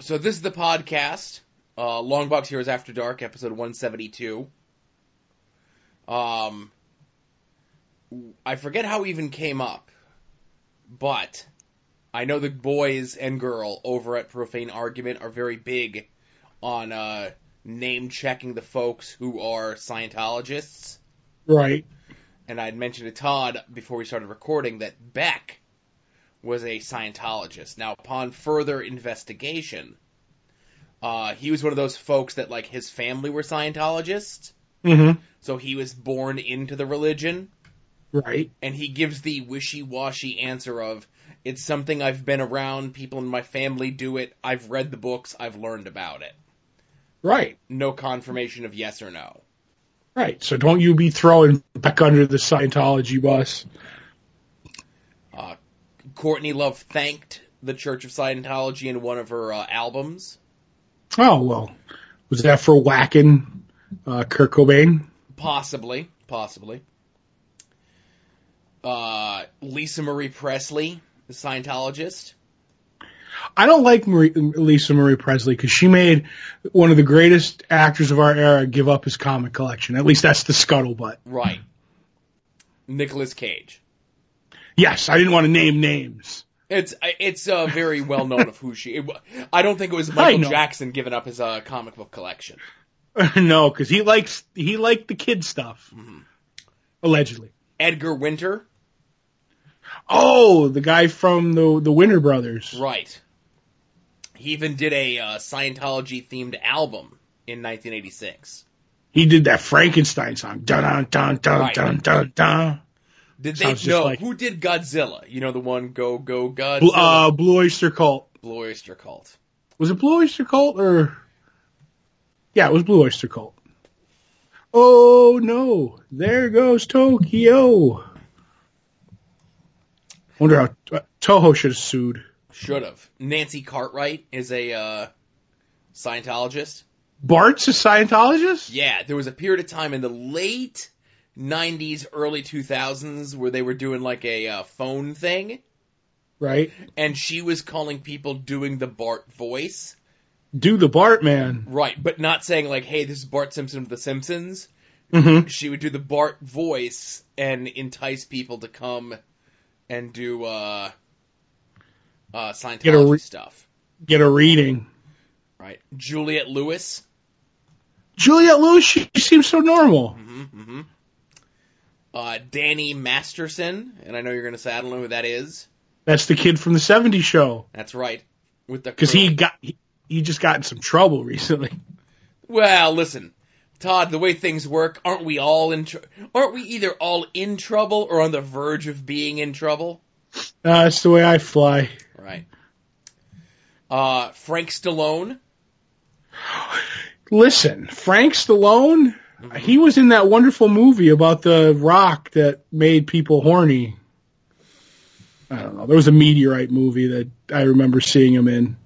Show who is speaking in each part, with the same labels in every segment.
Speaker 1: so this is the podcast, uh, Long Box Heroes After Dark, episode 172. Um, I forget how we even came up, but I know the boys and girl over at Profane Argument are very big on uh, name checking the folks who are Scientologists.
Speaker 2: Right.
Speaker 1: And I'd mentioned to Todd before we started recording that Beck was a Scientologist. Now, upon further investigation, uh, he was one of those folks that, like, his family were Scientologists.
Speaker 2: Mm-hmm.
Speaker 1: So he was born into the religion,
Speaker 2: Right.
Speaker 1: and he gives the wishy washy answer of, it's something I've been around, people in my family do it, I've read the books, I've learned about it.
Speaker 2: Right.
Speaker 1: No confirmation of yes or no.
Speaker 2: Right. So don't you be throwing back under the Scientology bus.
Speaker 1: Courtney Love thanked the Church of Scientology in one of her uh, albums.
Speaker 2: Oh well. Was that for whacking uh, Kurt Cobain?
Speaker 1: Possibly, possibly. Uh, Lisa Marie Presley, the Scientologist.
Speaker 2: I don't like Marie, Lisa Marie Presley because she made one of the greatest actors of our era give up his comic collection. At least that's the scuttlebutt.
Speaker 1: Right. Nicolas Cage.
Speaker 2: Yes, I didn't want to name names.
Speaker 1: It's it's uh, very well known of who she. It, wa- I don't think it was Michael
Speaker 2: know.
Speaker 1: Jackson giving up his uh, comic book collection.
Speaker 2: no, because he likes he liked the kid stuff, allegedly.
Speaker 1: Edgar Winter.
Speaker 2: Oh, the guy from the the Winter Brothers.
Speaker 1: Right. He even did a uh, Scientology themed album in 1986.
Speaker 2: He did that Frankenstein song. Dun dun dun dun
Speaker 1: Right.
Speaker 2: dun dun dun.
Speaker 1: Did they
Speaker 2: Sounds just
Speaker 1: know
Speaker 2: like-
Speaker 1: who did Godzilla? You know the one Go Go
Speaker 2: Bl-
Speaker 1: Godzilla,
Speaker 2: uh, Blue Oyster Cult.
Speaker 1: Blue Oyster Cult.
Speaker 2: Was it Blue Oyster Cult or? Yeah, it was Blue Oyster Cult. Oh no! There goes Tokyo. Wonder how uh, Toho should have sued.
Speaker 1: Should have. Nancy Cartwright is a uh, Scientologist.
Speaker 2: Bart's a Scientologist.
Speaker 1: Yeah, there was a period of time in the late 90s, early 2000s where they were doing like a uh, phone thing,
Speaker 2: Right.
Speaker 1: and she was calling people doing the Bart voice.
Speaker 2: Do the Bart man.
Speaker 1: Right, but not saying like, hey, this is Bart Simpson of The Simpsons.
Speaker 2: Mm-hmm.
Speaker 1: She would do the Bart voice and entice people to come and do uh, uh,
Speaker 2: Get a
Speaker 1: Scientology
Speaker 2: re-
Speaker 1: stuff.
Speaker 2: Get a reading.
Speaker 1: Right. Juliet Lewis.
Speaker 2: Juliette Lewis. She, she seems so normal.
Speaker 1: hmm Uh, Danny Masterson, and I know you're gonna say I don't know who that is.
Speaker 2: That's the kid from the '70s show.
Speaker 1: That's right, with the
Speaker 2: because he
Speaker 1: curly-
Speaker 2: got he, he just got in some trouble recently.
Speaker 1: Well, listen, Todd, the way things work, aren't we all in? Tr- aren't we either all in trouble or on the verge of being in trouble?
Speaker 2: Uh, that's the way I fly.
Speaker 1: Right. Uh, Frank Stallone.
Speaker 2: Listen, Frank Stallone, he was in that wonderful movie about the rock that made people horny. I don't know. There was a meteorite movie that I remember seeing him in.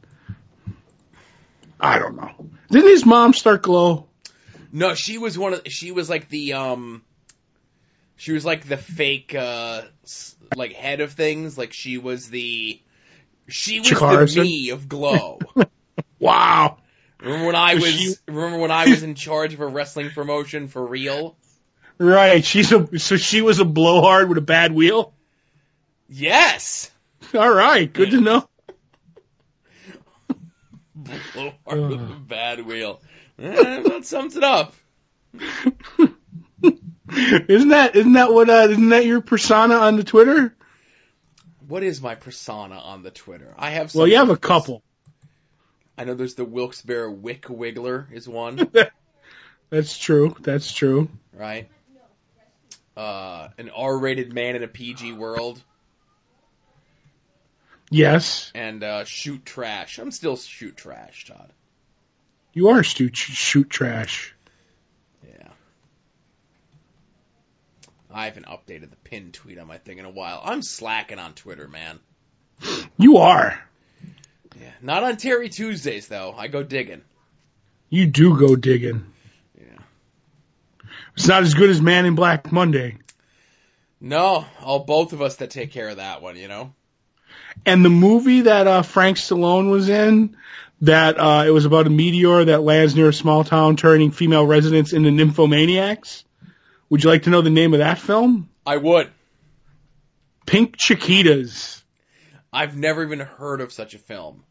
Speaker 2: I don't know. Didn't his mom start glow?
Speaker 1: No, she was one of. She was like the um. She was like the fake, uh, s- like head of things. Like she was the. She was
Speaker 2: Chikara
Speaker 1: the
Speaker 2: Sen?
Speaker 1: me of Glow.
Speaker 2: Wow.
Speaker 1: Remember when I
Speaker 2: Was
Speaker 1: was
Speaker 2: she-
Speaker 1: remember when I was in charge of a wrestling promotion for real?
Speaker 2: Right. She's a so she was a blowhard with a bad wheel.
Speaker 1: Yes.
Speaker 2: All right. Good to know.
Speaker 1: Blowhard with a bad wheel. Eh, that sums it up.
Speaker 2: Isn't that isn't that what uh, isn't that your persona on the Twitter?
Speaker 1: What is my persona on the Twitter? I have. Some
Speaker 2: Well, you have a couple.
Speaker 1: I know there's the Wilkes-Barre Wick Wiggler is one,
Speaker 2: That's true. That's true.
Speaker 1: right? Uh, an R-rated man in a PG world
Speaker 2: Yes,
Speaker 1: and uh, shoot trash. I'm still shoot trash, Todd.
Speaker 2: you are stu- shoot trash.
Speaker 1: Yeah. I haven't updated the pinned tweet on my thing in a while. I'm slacking on Twitter, man.
Speaker 2: You are.
Speaker 1: Yeah. Not on Terry Tuesdays though. I go digging.
Speaker 2: You do go digging.
Speaker 1: Yeah.
Speaker 2: It's not as good as Man in Black Monday.
Speaker 1: No, all both of us that take care of that one, you know.
Speaker 2: And the movie that uh, Frank Stallone was in, that uh, it was about a meteor that lands near a small town, turning female residents into nymphomaniacs. Would you like to know the name of that film?
Speaker 1: I would.
Speaker 2: Pink Chiquitas.
Speaker 1: I've never even heard of such a film.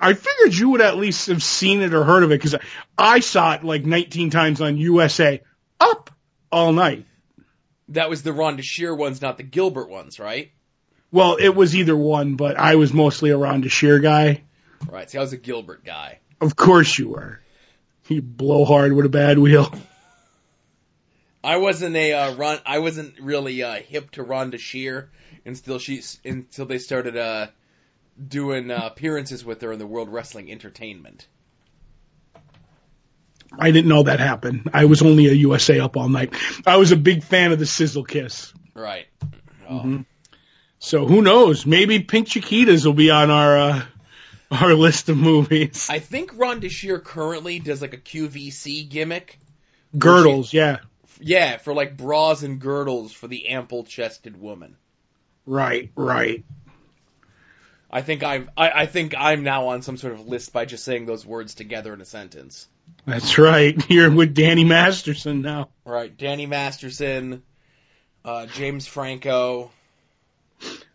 Speaker 2: I figured you would at least have seen it or heard of it because I saw it like 19 times on USA up all night.
Speaker 1: That was the Ron DeShear ones, not the Gilbert ones, right?
Speaker 2: Well, it was either one, but I was mostly a Ron DeShear guy.
Speaker 1: Right. See, I was a Gilbert guy.
Speaker 2: Of course you were. You blowhard with a bad wheel.
Speaker 1: I wasn't a uh, Ron. I wasn't really uh, hip to Ron DeShear until she until they started uh, doing uh, appearances with her in the World Wrestling Entertainment.
Speaker 2: I didn't know that happened. I was only a USA up all night. I was a big fan of the Sizzle Kiss.
Speaker 1: Right. Oh.
Speaker 2: Mm-hmm. So who knows? Maybe Pink Chiquitas will be on our uh, our list of movies.
Speaker 1: I think Ron DeShear currently does like a QVC gimmick.
Speaker 2: Girdles, yeah,
Speaker 1: Yeah, for like bras and girdles for the ample-chested woman.
Speaker 2: right, right.
Speaker 1: I think I've, I, I think I'm now on some sort of list by just saying those words together in a sentence.
Speaker 2: That's right. You're with Danny Masterson now.
Speaker 1: Right, Danny Masterson, uh, James Franco,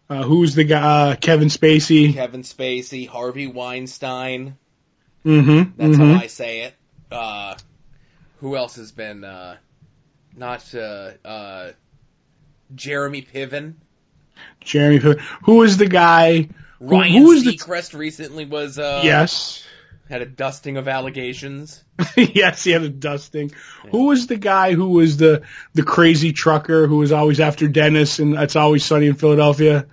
Speaker 2: Uh, who's the guy? Uh, Kevin Spacey.
Speaker 1: Kevin Spacey, Harvey Weinstein.
Speaker 2: Mm-hmm.
Speaker 1: That's
Speaker 2: hmm
Speaker 1: how I say it. Uh, who else has been uh, not uh, uh, Jeremy Piven?
Speaker 2: Jeremy. Piven. Who is the guy? Who-
Speaker 1: Ryan
Speaker 2: who is the-
Speaker 1: Seacrest recently was uh,
Speaker 2: yes.
Speaker 1: had a dusting of allegations.
Speaker 2: yes, he had a dusting. Who was the guy who was the the crazy trucker who was always after Dennis and it's always sunny in Philadelphia?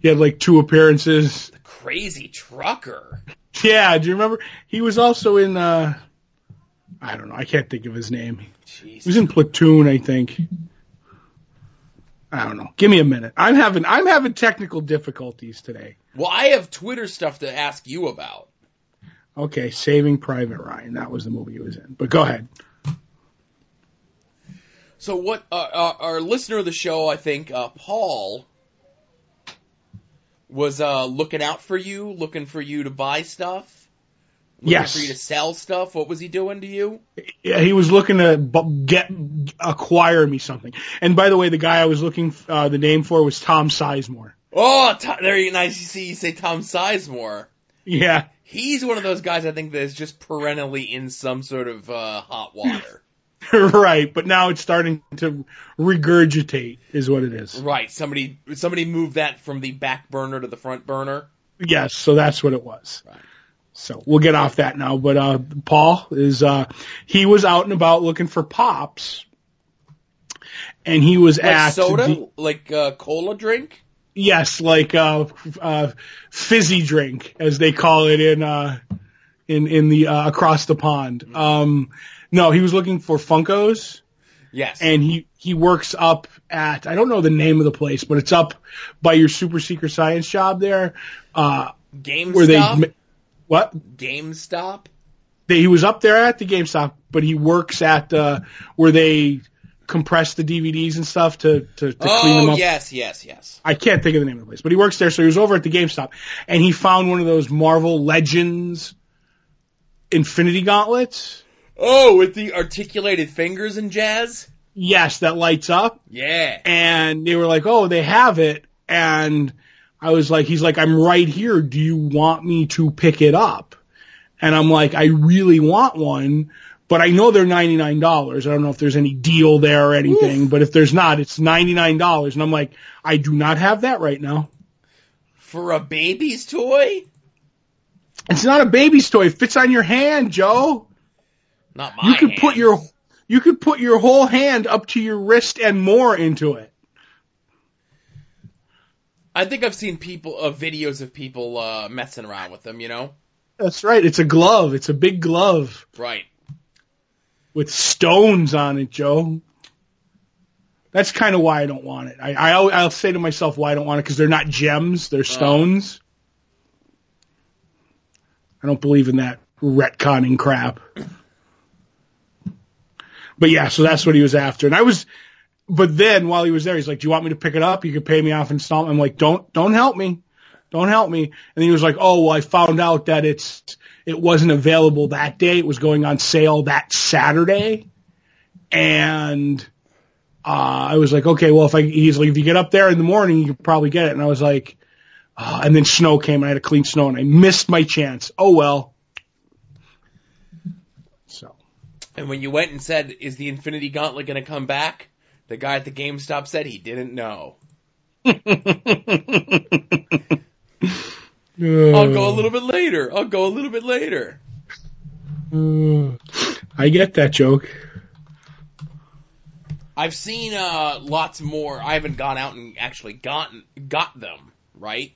Speaker 2: He had like two appearances.
Speaker 1: The crazy trucker.
Speaker 2: Yeah, do you remember? He was also in uh I don't know, I can't think of his name. He was
Speaker 1: Jeez.
Speaker 2: in Platoon, I think. I don't know. Give me a minute. I'm having I'm having technical difficulties today.
Speaker 1: Well, I have Twitter stuff to ask you about.
Speaker 2: Okay, Saving Private Ryan. That was the movie he was in. But go ahead.
Speaker 1: So what uh, uh, our listener of the show, I think, uh, Paul, was uh, looking out for you, looking for you to buy stuff, looking
Speaker 2: Yes.
Speaker 1: for you to sell stuff. What was he doing to you?
Speaker 2: Yeah, he was looking to bu- get acquire me something. And by the way, the guy I was looking uh, the name for was Tom Sizemore.
Speaker 1: Oh, Tom, there you nice. You see, you say Tom Sizemore.
Speaker 2: Yeah,
Speaker 1: He's one of those guys I think that is just perennially in some sort of uh, hot water.
Speaker 2: right. But now it's starting to regurgitate, is what it is.
Speaker 1: right. Somebody somebody moved that from the back burner to the front burner.
Speaker 2: Yes, so that's what it was.
Speaker 1: Right.
Speaker 2: So we'll get off that now. But uh, Paul is uh, he was out and about looking for pops, and he was
Speaker 1: Like
Speaker 2: at
Speaker 1: soda,
Speaker 2: the-
Speaker 1: like uh, cola drink.
Speaker 2: yes, like uh, f- uh, fizzy drink as they call it in uh, in in the uh, across the pond.
Speaker 1: Mm-hmm.
Speaker 2: Um, no, he was looking for Funkos,
Speaker 1: Yes.
Speaker 2: and he he works up at I don't know the name of the place, but it's up by your super secret science job there, uh,
Speaker 1: GameStop.
Speaker 2: where they. ma- What
Speaker 1: GameStop.
Speaker 2: they, he was up there at the GameStop, but he works at uh, where they compress the DVDs and stuff to to, to
Speaker 1: oh,
Speaker 2: clean them up.
Speaker 1: yes, yes, yes.
Speaker 2: I can't think of the name of the place, but he works there. So he was over at the GameStop, and he found one of those Marvel Legends Infinity Gauntlets.
Speaker 1: Oh, with the articulated fingers and jazz?
Speaker 2: Yes, that lights up,
Speaker 1: Yeah.
Speaker 2: and they were like, "Oh, they have it." And I was like, "He's like, I'm right here. Do you want me to pick it up?" And I'm like, "I really want one, but I know they're ninety nine dollars. I don't know if there's any deal there or anything, but if there's not, it's ninety nine dollars." And I'm like, "I do not have that right now."
Speaker 1: For a baby's toy?
Speaker 2: It's not a baby's toy. It fits on your hand, Joe.
Speaker 1: Not my
Speaker 2: You could
Speaker 1: hand.
Speaker 2: put your you could put your whole hand up to your wrist and more into it.
Speaker 1: I think I've seen people uh, videos of people uh, messing around with them, you know?
Speaker 2: That's right. It's a glove. It's a big glove.
Speaker 1: Right.
Speaker 2: with stones on it, Joe. That's kind of why I don't want it. I, I al- I'll say to myself why I don't want it because they're not gems, they're stones. I don't believe in that retconning crap. But yeah, so that's what he was after, and I was. But then while he was there, he's like, "Do you want me to pick it up? You could pay me off installment." I'm like, "Don't, don't help me. Don't help me. And then he was like, oh, well, I found out that it's, it wasn't available that day. It was going on sale that Saturday. And, uh, I was like, okay, well, if I, he's like, if you get up there in the morning, you can probably get it. And I was like, uh, and then snow came and I had a clean snow and I missed my chance. Oh well. So
Speaker 1: And when you went and said, "Is the Infinity Gauntlet going to come back?" the guy at the GameStop said he didn't know. I'll go a little bit later. I'll go a little bit later.
Speaker 2: Uh, I get that joke.
Speaker 1: I've seen uh, lots more. I haven't gone out and actually gotten got them right.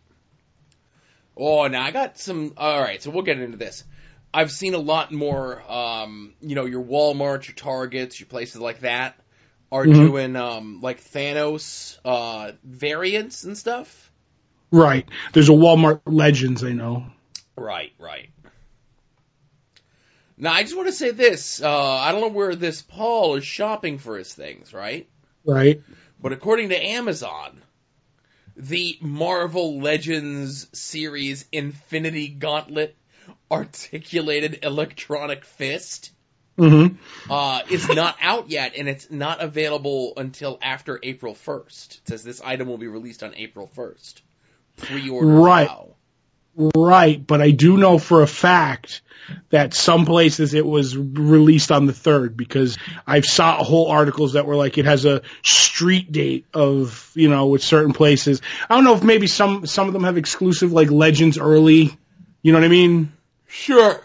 Speaker 1: Oh, now I got some. All right, so we'll get into this. I've seen a lot more. Um, you know, your Walmart, your Targets, your places like that are
Speaker 2: Mhm.
Speaker 1: doing um, like Thanos uh, variants and stuff.
Speaker 2: Right. There's a Walmart Legends I know.
Speaker 1: Right, right. Now I just want to say this. Uh, I don't know where this Paul is shopping for his things, right?
Speaker 2: Right.
Speaker 1: But according to Amazon, the Marvel Legends series Infinity Gauntlet Articulated Electronic Fist
Speaker 2: Mm-hmm.
Speaker 1: uh, is not out yet, and it's not available until after April 1st. It says this item will be released on April 1st. Pre-order
Speaker 2: Right.
Speaker 1: now.
Speaker 2: Right. But I do know for a fact that some places it was released on the third because I've saw whole articles that were like it has a street date of you know with certain places. I don't know if maybe some some of them have exclusive like Legends early. You know what I mean?
Speaker 1: Sure.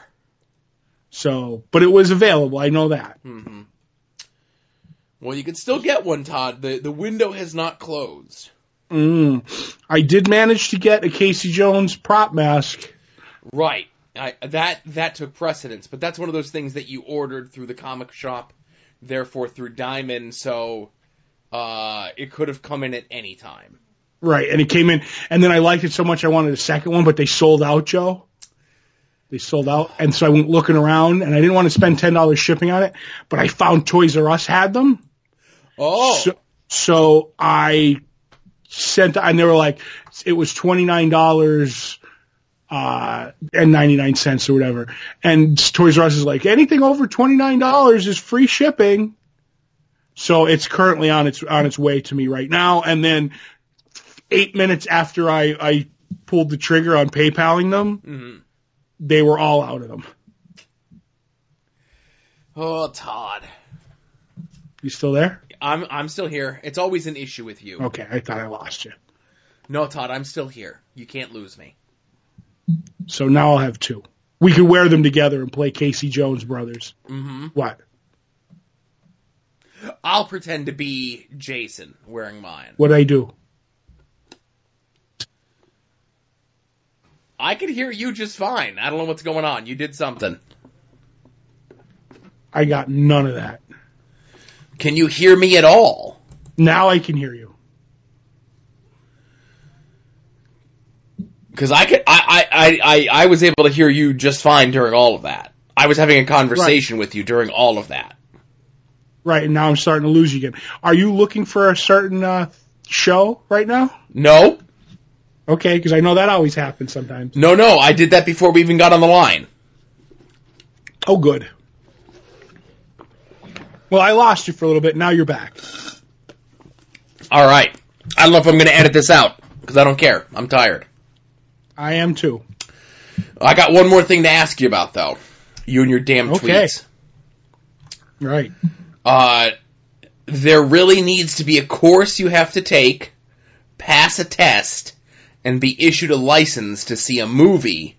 Speaker 2: So, but it was available. I know that.
Speaker 1: hmm Well, you can still get one, Todd. The the window has not closed.
Speaker 2: Mm. I did manage to get a Casey Jones prop mask.
Speaker 1: Right. I, that that took precedence, but that's one of those things that you ordered through the comic shop, therefore through Diamond, so uh, it could have come in at any time.
Speaker 2: Right, and it came in, and then I liked it so much I wanted a second one, but they sold out, Joe. They sold out, and so I went looking around, and I didn't want to spend ten dollars shipping on it, but I found Toys R Us had them,
Speaker 1: Oh,
Speaker 2: so, so I sent, and they were like, it was twenty nine dollars uh and ninety nine cents or whatever, and Toys R Us is like, anything over twenty nine dollars is free shipping. So it's currently on its on its way to me right now, and then eight minutes after I I pulled the trigger on PayPaling them,
Speaker 1: Mhm.
Speaker 2: they were all out of them.
Speaker 1: oh, Todd,
Speaker 2: You still there?
Speaker 1: I'm I'm still here. It's always an issue with you.
Speaker 2: Okay, I thought I lost you.
Speaker 1: No, Todd, I'm still here. You can't lose me.
Speaker 2: So now I'll have two. We could wear them together and play Casey Jones Brothers.
Speaker 1: hmm
Speaker 2: What?
Speaker 1: I'll pretend to be Jason wearing mine.
Speaker 2: What I do?
Speaker 1: I could hear you just fine. I don't know what's going on. You did something.
Speaker 2: I got none of that.
Speaker 1: Can you hear me at all?
Speaker 2: Now I can hear you.
Speaker 1: Because I could, I, I, I, I was able to hear you just fine during all of that. I was having a conversation with you during all of that.
Speaker 2: Right, and now I'm starting to lose you again. Are you looking for a certain uh, show right now?
Speaker 1: No,
Speaker 2: Okay, because I know that always happens sometimes.
Speaker 1: no, no. I did that before we even got on the line.
Speaker 2: Oh, good. Well, I lost you for a little bit. Now you're back.
Speaker 1: All right. I don't know if I'm going to edit this out because I don't care. I'm tired.
Speaker 2: I am too.
Speaker 1: I got one more thing to ask you about though. You and your damn
Speaker 2: Okay.
Speaker 1: tweets.
Speaker 2: Right.
Speaker 1: Uh, there really needs to be a course you have to take, pass a test, and be issued a license to see a movie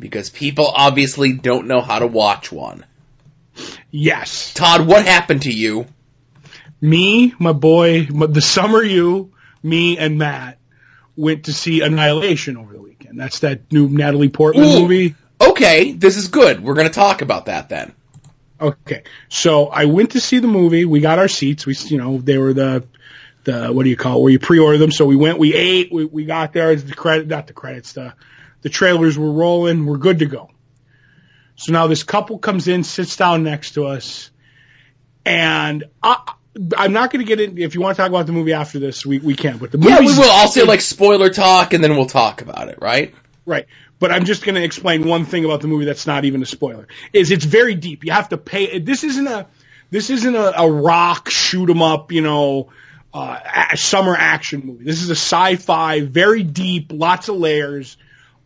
Speaker 1: because people obviously don't know how to watch one.
Speaker 2: Yes.
Speaker 1: Todd, what happened to you?
Speaker 2: me, my boy, my, the summer you, me, and Matt went to see Annihilation over the weekend. That's that new Natalie Portman
Speaker 1: Ooh.
Speaker 2: movie.
Speaker 1: Okay, this is good. We're going to talk about that then.
Speaker 2: Okay, so I went to see the movie. We got our seats. We, you know, they were the the what do you call it? Where you pre-order them. So we went. We ate. We we got there. The credit, not the credits. The the trailers were rolling. We're good to go. So now this couple comes in, sits down next to us, and I, I'm not going to get in. If you want to talk about the movie after this, we, we can. But the
Speaker 1: Yeah, we
Speaker 2: movie's-
Speaker 1: will. I'll say like spoiler talk, and then we'll talk about it, right?
Speaker 2: Right. But I'm just going to explain one thing about the movie that's not even a spoiler. Is it's very deep. You have to pay. This isn't a this isn't a, a rock shoot 'em up, you know, uh, a- summer action movie. This is a sci-fi, very deep, lots of layers.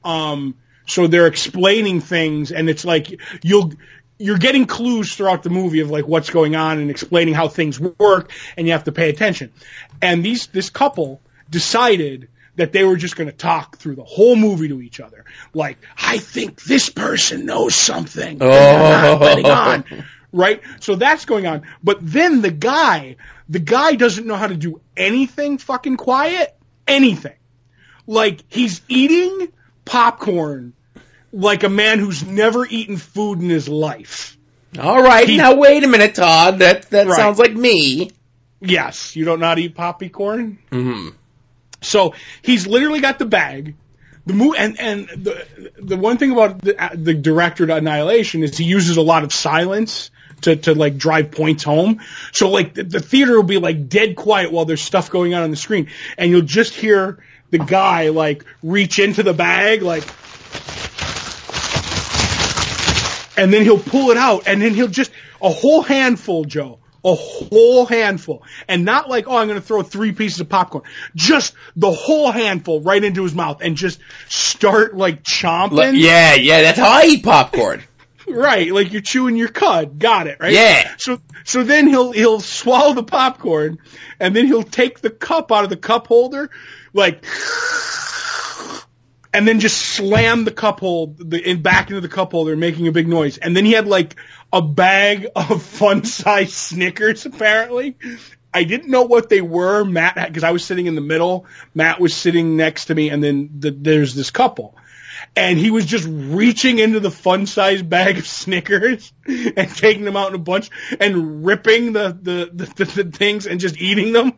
Speaker 2: Um, so they're explaining things, and it's like you'll you're getting clues throughout the movie of like what's going on and explaining how things work, and you have to pay attention. And these this couple decided that they were just going to talk through the whole movie to each other, like I think this person knows something. that they're not letting on right? So that's going on. But then the guy, the guy doesn't know how to do anything fucking quiet, anything. Like he's eating popcorn like a man who's never eaten food in his life.
Speaker 1: All right. now wait a minute, Todd. That that
Speaker 2: Right.
Speaker 1: sounds like me.
Speaker 2: Yes, you don't know how to eat poppycorn?
Speaker 1: hmm
Speaker 2: So he's literally got the bag. The mo- and and the the one thing about the, the director to Annihilation is he uses a lot of silence to to like drive points home. So like the, the theater will be like dead quiet while there's stuff going on on the screen, and you'll just hear the guy like reach into the bag like. And then he'll pull it out, and then he'll just a whole handful, Joe, a whole handful, and not like oh, I'm going to throw three pieces of popcorn, just the whole handful right into his mouth, and just start like chomping.
Speaker 1: yeah, yeah. That's how I eat popcorn.
Speaker 2: Right, like you're chewing your cud. Got it, right?
Speaker 1: Yeah.
Speaker 2: So so then he'll he'll swallow the popcorn and then he'll take the cup out of the cup holder, like and then just slam the cup hold the in back into the cup holder, making a big noise. And then he had like a bag of fun size Snickers apparently. I didn't know what they were, Matt, because I was sitting in the middle. Matt was sitting next to me, and then the, there's this couple and he was just reaching into the fun size bag of Snickers and taking them out in a bunch and ripping the the, the, the, the things and just eating them.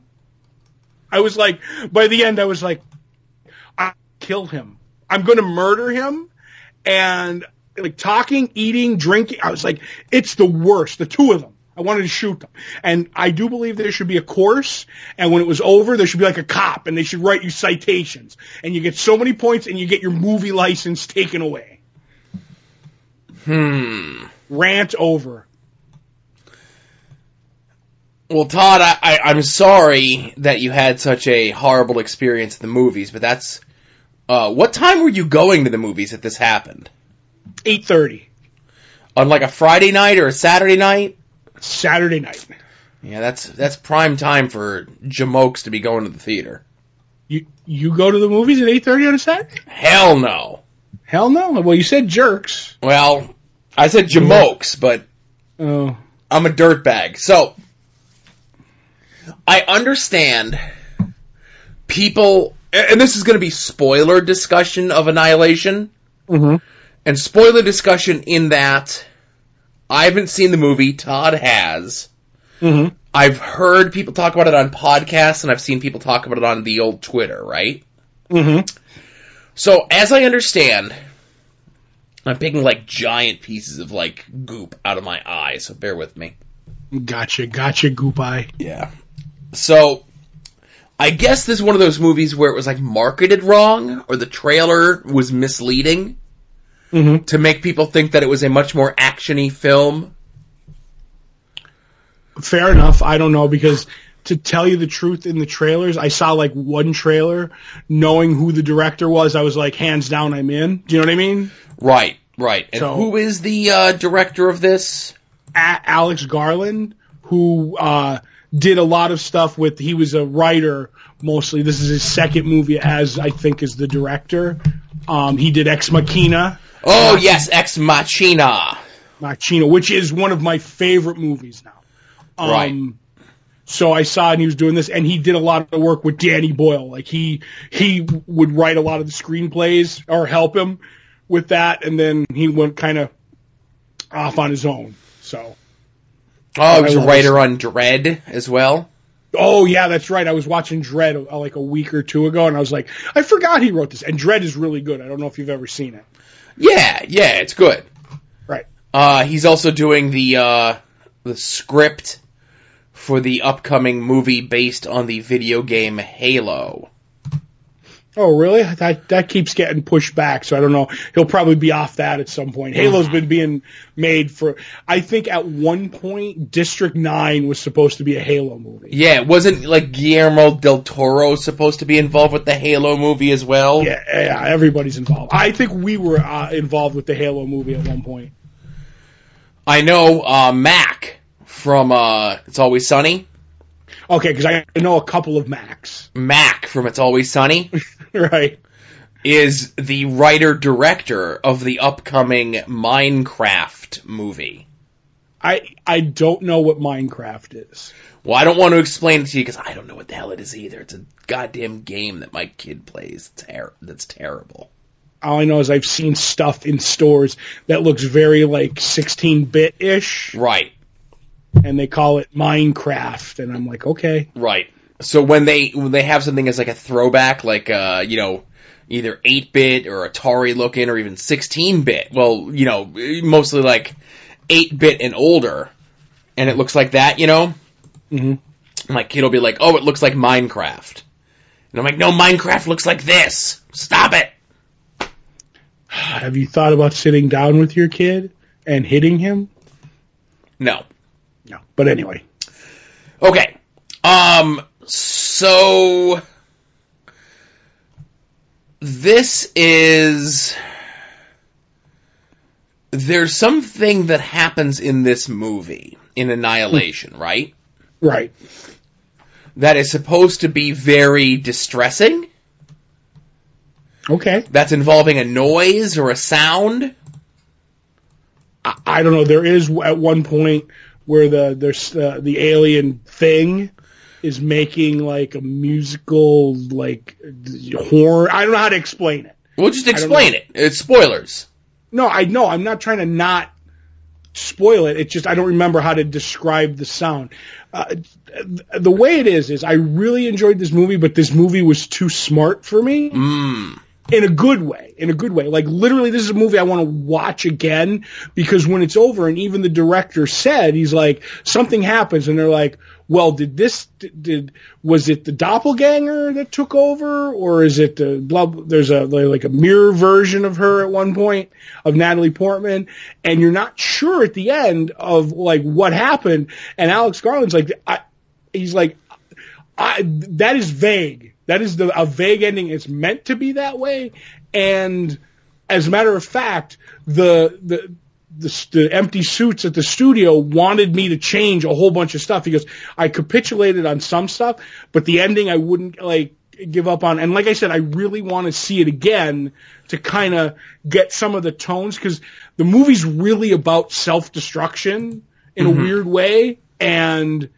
Speaker 2: I was like, by the end, I was like, I kill him. I'm going to murder him. And like talking, eating, drinking, I was like, it's the worst. The two of them. I wanted to shoot them. And I do believe there should be a course. And when it was over, there should be like a cop and they should write you citations. And you get so many points and you get your movie license taken away.
Speaker 1: Hmm.
Speaker 2: Rant over.
Speaker 1: Well, Todd, I, I, I'm sorry that you had such a horrible experience at the movies, but that's. Uh, what time were you going to the movies that this happened?
Speaker 2: 8.30.
Speaker 1: On like a Friday night or a Saturday night?
Speaker 2: Saturday night.
Speaker 1: Yeah, that's that's prime time for jamokes to be going to the theater.
Speaker 2: You, you go to the movies at 8.30 on a Saturday?
Speaker 1: Hell no.
Speaker 2: Hell no. Well, you said jerks.
Speaker 1: Well, I said jamokes, but
Speaker 2: Oh.
Speaker 1: I'm a dirtbag. So, I understand people, a- and this is going to be spoiler discussion of Annihilation,
Speaker 2: Mm-hmm.
Speaker 1: and spoiler discussion in that I haven't seen the movie, Todd has.
Speaker 2: Mm-hmm.
Speaker 1: I've heard people talk about it on podcasts, and I've seen people talk about it on the old Twitter, right?
Speaker 2: Mm-hmm.
Speaker 1: So, as I understand, I'm picking like giant pieces of like goop out of my eye, so bear with me.
Speaker 2: Gotcha, gotcha, goopy.
Speaker 1: Yeah. So I guess this is one of those movies where it was like marketed wrong or the trailer was misleading
Speaker 2: Mm-hmm.
Speaker 1: to make people think that it was a much more actiony film.
Speaker 2: Fair enough. I don't know because to tell you the truth, in the trailers, I saw like one trailer. Knowing who the director was, I was like, hands down, I'm in. Do you know what I mean?
Speaker 1: Right, right. And
Speaker 2: So-
Speaker 1: who is the uh, director of this?
Speaker 2: A- Alex Garland, who uh, did a lot of stuff with, he was a writer mostly. This is his second movie as I think as the director. Um, he did Ex Machina.
Speaker 1: Oh yes, Ex Machina.
Speaker 2: Machina, which is one of my favorite movies now. Um,
Speaker 1: Right.
Speaker 2: So I saw and he was doing this, and he did a lot of work with Danny Boyle. Like he he would write a lot of the screenplays or help him with that, and then he went kind of off on his own. So
Speaker 1: Oh, he was
Speaker 2: I
Speaker 1: a
Speaker 2: love
Speaker 1: writer on Dread as well.
Speaker 2: oh yeah, that's right. I was watching Dread uh, like a week or two ago, and I was like, I forgot he wrote this. And Dread is really good. I don't know if you've ever seen it.
Speaker 1: Yeah, yeah, it's good.
Speaker 2: Right.
Speaker 1: Uh, he's also doing the uh, the script for the upcoming movie based on the video game Halo.
Speaker 2: Oh, really? That that keeps getting pushed back, so I don't know. He'll probably be off that at some point. Halo's been being made for. I think at one point, District Nine was supposed to be a Halo movie.
Speaker 1: Yeah, wasn't like Guillermo del Toro supposed to be involved with the Halo movie as well?
Speaker 2: Yeah, yeah, everybody's involved. I think we were uh, involved with the Halo movie at one point.
Speaker 1: I know uh, Mac from uh, It's Always Sunny.
Speaker 2: Okay, because I know a couple of Macs,
Speaker 1: Mac from It's Always Sunny
Speaker 2: right?
Speaker 1: is the writer director of the upcoming Minecraft movie.
Speaker 2: I I don't know what Minecraft is.
Speaker 1: Well, I don't want to explain it to you because I don't know what the hell it is either. It's a goddamn game that my kid plays. It's ter- that's terrible.
Speaker 2: All I know is I've seen stuff in stores that looks very like 16 bit ish,
Speaker 1: Right.
Speaker 2: and they call it Minecraft, and I'm like, okay,
Speaker 1: Right. So when they when they have something as like a throwback, like uh, you know, either eight bit or Atari looking, or even sixteen bit. Well, you know, mostly like eight bit and older, and it looks like that. You know,
Speaker 2: Mhm.
Speaker 1: my kid will be like, "Oh, it looks like Minecraft," and I'm like, "No, Minecraft looks like this. Stop it."
Speaker 2: have you thought about sitting down with your kid and hitting him?
Speaker 1: No.
Speaker 2: No, but anyway,
Speaker 1: Okay. Um. So this is there's something that happens in this movie in Annihilation, right?
Speaker 2: right?
Speaker 1: That is supposed to be very distressing.
Speaker 2: Okay,
Speaker 1: That's involving a noise or a sound.
Speaker 2: I, I don't know. There is at one point where the there's uh, the alien thing is making like a musical like horror. I don't know how to explain it.
Speaker 1: We'll just
Speaker 2: don't
Speaker 1: explain it. It's spoilers.
Speaker 2: No, I know. I'm not trying to not spoil it. It's just I don't remember how to describe the sound. Uh, th- the way it is is I really enjoyed this movie, but this movie was too smart for me
Speaker 1: Mm.
Speaker 2: in a good way. In a good way. Like literally, this is a movie I want to watch again because when it's over, and even the director said he's like something happens, and they're like. Well, did this did, did was it the doppelganger that took over, or is it the blah? There's a like a mirror version of her at one point of Natalie Portman, and you're not sure at the end of like what happened. And Alex Garland's like, I, he's like, I, that is vague. That is the, a vague ending. It's meant to be that way. And as a matter of fact, the, the, the, s- the empty suits at the studio wanted me to change a whole bunch of stuff. He goes, I capitulated on some stuff, but the ending I wouldn't like give up on. And like I said, I really want to see it again to kind of get some of the tones because the movie's really about self destruction in a weird way. And,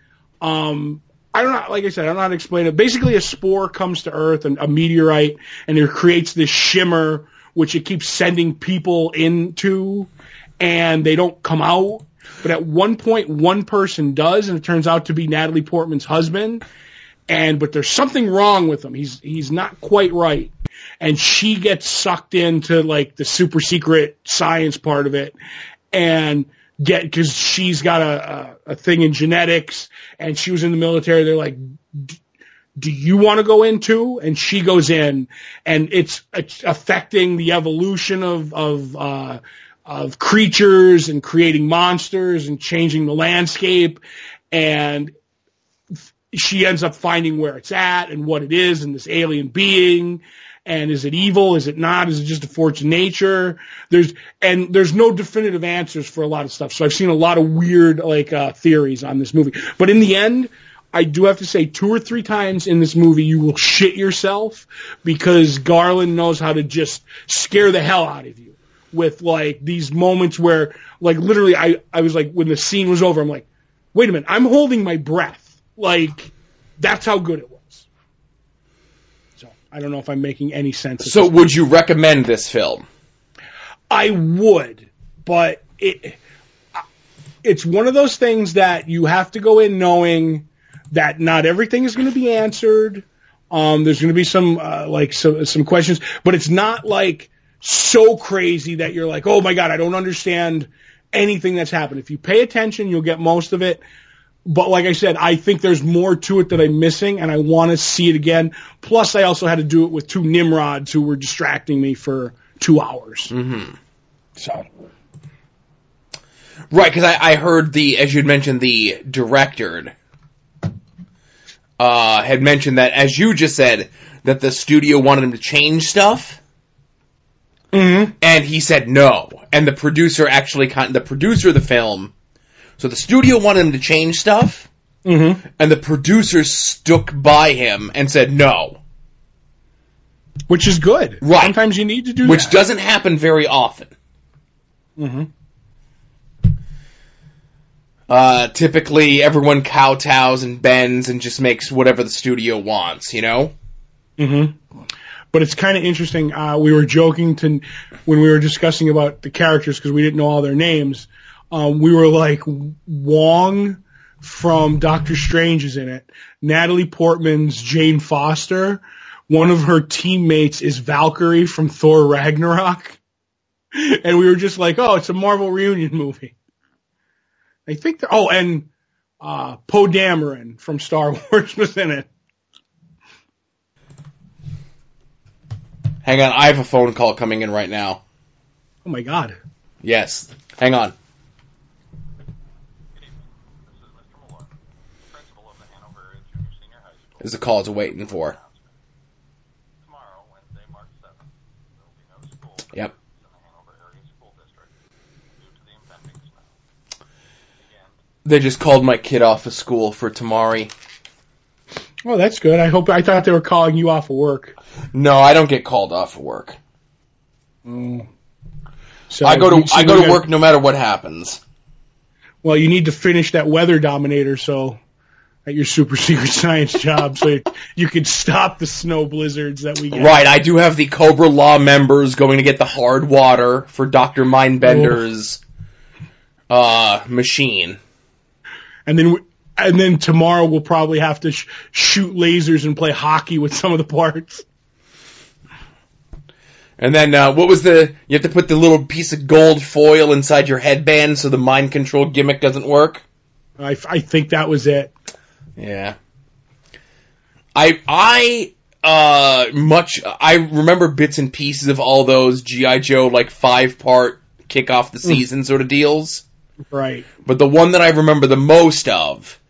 Speaker 2: um, I don't know, like I said, I don't know how to explain it. Basically, a spore comes to Earth, and a meteorite, and it creates this shimmer, which it keeps sending people into, and they don't come out. But at one point, one person does, and it turns out to be Natalie Portman's husband. And but there's something wrong with him. He's he's not quite right. And she gets sucked into like the super secret science part of it, and get because she's got a, a a thing in genetics and she was in the military they're like "D- do you want to go in too and she goes in and it's, it's affecting the evolution of of uh of creatures and creating monsters and changing the landscape and she ends up finding where it's at and what it is and this alien being and is it evil is it not is it just a force of nature there's and there's no definitive answers for a lot of stuff so i've seen a lot of weird like uh theories on this movie but in the end i do have to say two or three times in this movie you will shit yourself because garland knows how to just scare the hell out of you with like these moments where like literally i i was like when the scene was over i'm like wait a minute i'm holding my breath like that's how good it was so i don't know if i'm making any sense at
Speaker 1: So would you recommend this film?
Speaker 2: I would, but it it's one of those things that you have to go in knowing that not everything is going to be answered. Um, there's going to be some uh, like some some questions, but it's not like so crazy that you're like, oh my god, I don't understand anything that's happened. If you pay attention, you'll get most of it. But like I said, I think there's more to it that I'm missing, and I want to see it again. Plus, I also had to do it with two Nimrods who were distracting me for two hours.
Speaker 1: Mm-hmm.
Speaker 2: So
Speaker 1: Right, because I, I heard the, as you'd mentioned, the director uh, had mentioned that, as you just said, that the studio wanted him to change stuff,
Speaker 2: mm-hmm.
Speaker 1: and he said no. And the producer actually, con- the producer of the film, so the studio wanted him to change stuff,
Speaker 2: Mm-hmm.
Speaker 1: and the producer stuck by him and said no,
Speaker 2: which is good.
Speaker 1: Right.
Speaker 2: Sometimes you need to do
Speaker 1: which
Speaker 2: that.
Speaker 1: doesn't happen very often.
Speaker 2: mm-hmm.
Speaker 1: Uh, typically, everyone kowtows and bends and just makes whatever the studio wants, you know?
Speaker 2: hmm But it's kind of interesting. Uh, we were joking to when we were discussing about the characters because we didn't know all their names. Um, we were like Wong from Doctor Strange is in it. Natalie Portman's Jane Foster. One of her teammates is Valkyrie from Thor Ragnarok. And we were just like, oh, it's a Marvel reunion movie. I think they're, oh, and, uh, Poe Dameron from Star Wars was in it.
Speaker 1: Hang on, I have a phone call coming in right now.
Speaker 2: Oh my God.
Speaker 1: Yes. Hang on.
Speaker 3: Good evening. This is Mr. Malone, principal of the Hanover Junior Senior High School.
Speaker 1: There's a call to waiting for.
Speaker 3: Tomorrow, Wednesday, March 7th, there will be no school for
Speaker 1: Yep.
Speaker 3: kids in the Hanover Area School District due to the impending snow. Again,
Speaker 1: They just called my kid off of school for Tamari.
Speaker 2: Oh, that's good. I hope. I thought they were calling you off of work.
Speaker 1: No, I don't get called off of work.
Speaker 2: So
Speaker 1: Mm. I go
Speaker 2: we-
Speaker 1: to
Speaker 2: so
Speaker 1: I
Speaker 2: we
Speaker 1: go to
Speaker 2: gotta-
Speaker 1: work no matter what happens.
Speaker 2: Well, you need to finish that weather dominator, so at your super secret science job, so you, you could stop the snow blizzards that we get.
Speaker 1: Right, I do have the Cobra Law members going to get the hard water for Dr. Mindbender's uh machine.
Speaker 2: And then we- and then tomorrow we'll probably have to sh- shoot lasers and play hockey with some of the parts.
Speaker 1: And then uh what was the you have to put the little piece of gold foil inside your headband so the mind control gimmick doesn't work?
Speaker 2: I, f- I think that was it.
Speaker 1: Yeah. I I uh much I remember bits and pieces of all those GI Joe like five part kick off the season sort of deals,
Speaker 2: Right.
Speaker 1: but the one that I remember the most of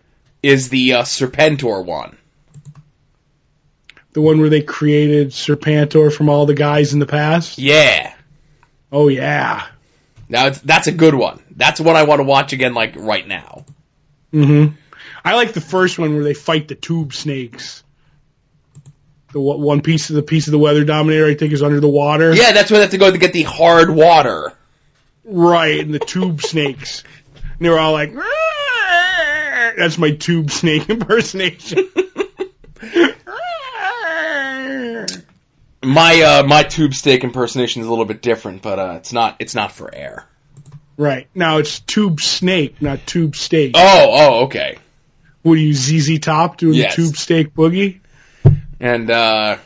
Speaker 1: is the uh, Serpentor one.
Speaker 2: The one where they created Serpentor from all the guys in the past.
Speaker 1: Yeah.
Speaker 2: Oh yeah.
Speaker 1: Now it's, that's a good one. That's one I want to watch again like right now.
Speaker 2: hmm I like the first one where they fight the tube snakes. The wa- one piece of the piece of the weather dominator I think is under the water.
Speaker 1: Yeah, that's where they have to go to get the hard water.
Speaker 2: Right, and the tube snakes. And they were all like, "Rrrr." that's my tube snake impersonation. Rrrr.
Speaker 1: My uh my tube steak impersonation is a little bit different, but uh it's not it's not for air.
Speaker 2: right. Now it's tube snake, not tube steak.
Speaker 1: Oh, oh, okay.
Speaker 2: What are you, ZZ Top, doing
Speaker 1: Yes.
Speaker 2: the tube steak boogie?
Speaker 1: And uh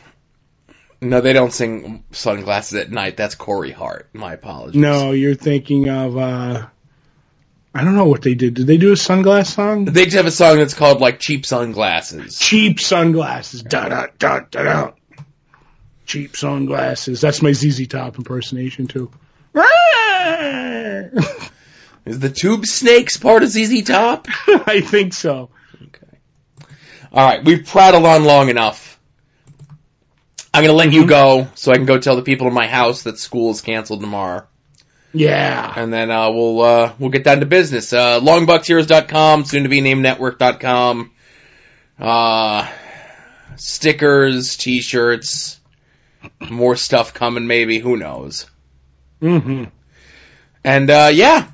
Speaker 1: no, they don't sing sunglasses at night. That's Corey Hart. My apologies.
Speaker 2: No, you're thinking of, uh, I don't know what they did. Did they do a sunglass song?
Speaker 1: They just have a song that's called like cheap sunglasses.
Speaker 2: cheap sunglasses. Da da da da da. Cheap sunglasses. That's my ZZ Top impersonation too. I
Speaker 1: Is the Tube Snakes part of ZZ Top?
Speaker 2: think so.
Speaker 1: All right, we've prattled on long enough. I'm gonna let you go so I can go tell the people in my house that school is canceled tomorrow,
Speaker 2: Yeah.
Speaker 1: and then uh, we'll uh, we'll get down to business. Uh, longboxheroes.com, soon to be named network.com. Uh, stickers, t-shirts, more stuff coming maybe, who knows.
Speaker 2: Mm-hmm.
Speaker 1: And uh yeah,